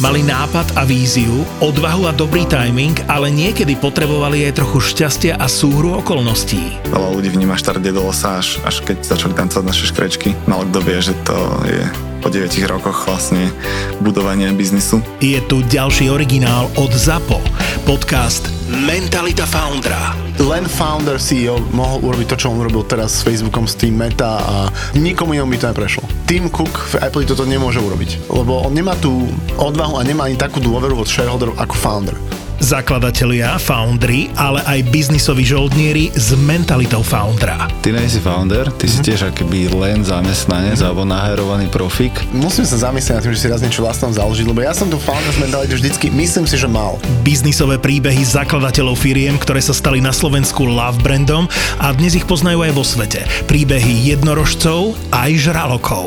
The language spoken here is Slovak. Mali nápad a víziu, odvahu a dobrý timing, ale niekedy potrebovali aj trochu šťastia a súhru okolností. Veľa ľudí vníma štart dedo sa až, až keď začali tancovať naše škrečky. Malo kto vie, že to je po 9 rokoch vlastne budovania biznisu. Je tu ďalší originál od ZAPO, podcast Mentalita Foundra. Len founder CEO mohol urobiť to, čo on urobil teraz s Facebookom, s tým Meta a nikomu inom by to neprešlo. Tim Cook v Apple toto nemôže urobiť, lebo on nemá tú odvahu a nemá ani takú dôveru od shareholderov ako founder. Zakladatelia, foundry, ale aj biznisoví žoldnieri s mentalitou foundra. Ty nie si founder, ty mm-hmm. si tiež akoby len zamestnanec mm-hmm. alebo naherovaný profik. Musím sa zamyslieť nad tým, že si raz niečo vlastnom založiť, lebo ja som tu founder mentalitu vždycky, myslím si, že mal. Biznisové príbehy zakladateľov firiem, ktoré sa stali na Slovensku love brandom a dnes ich poznajú aj vo svete. Príbehy jednorožcov aj žralokov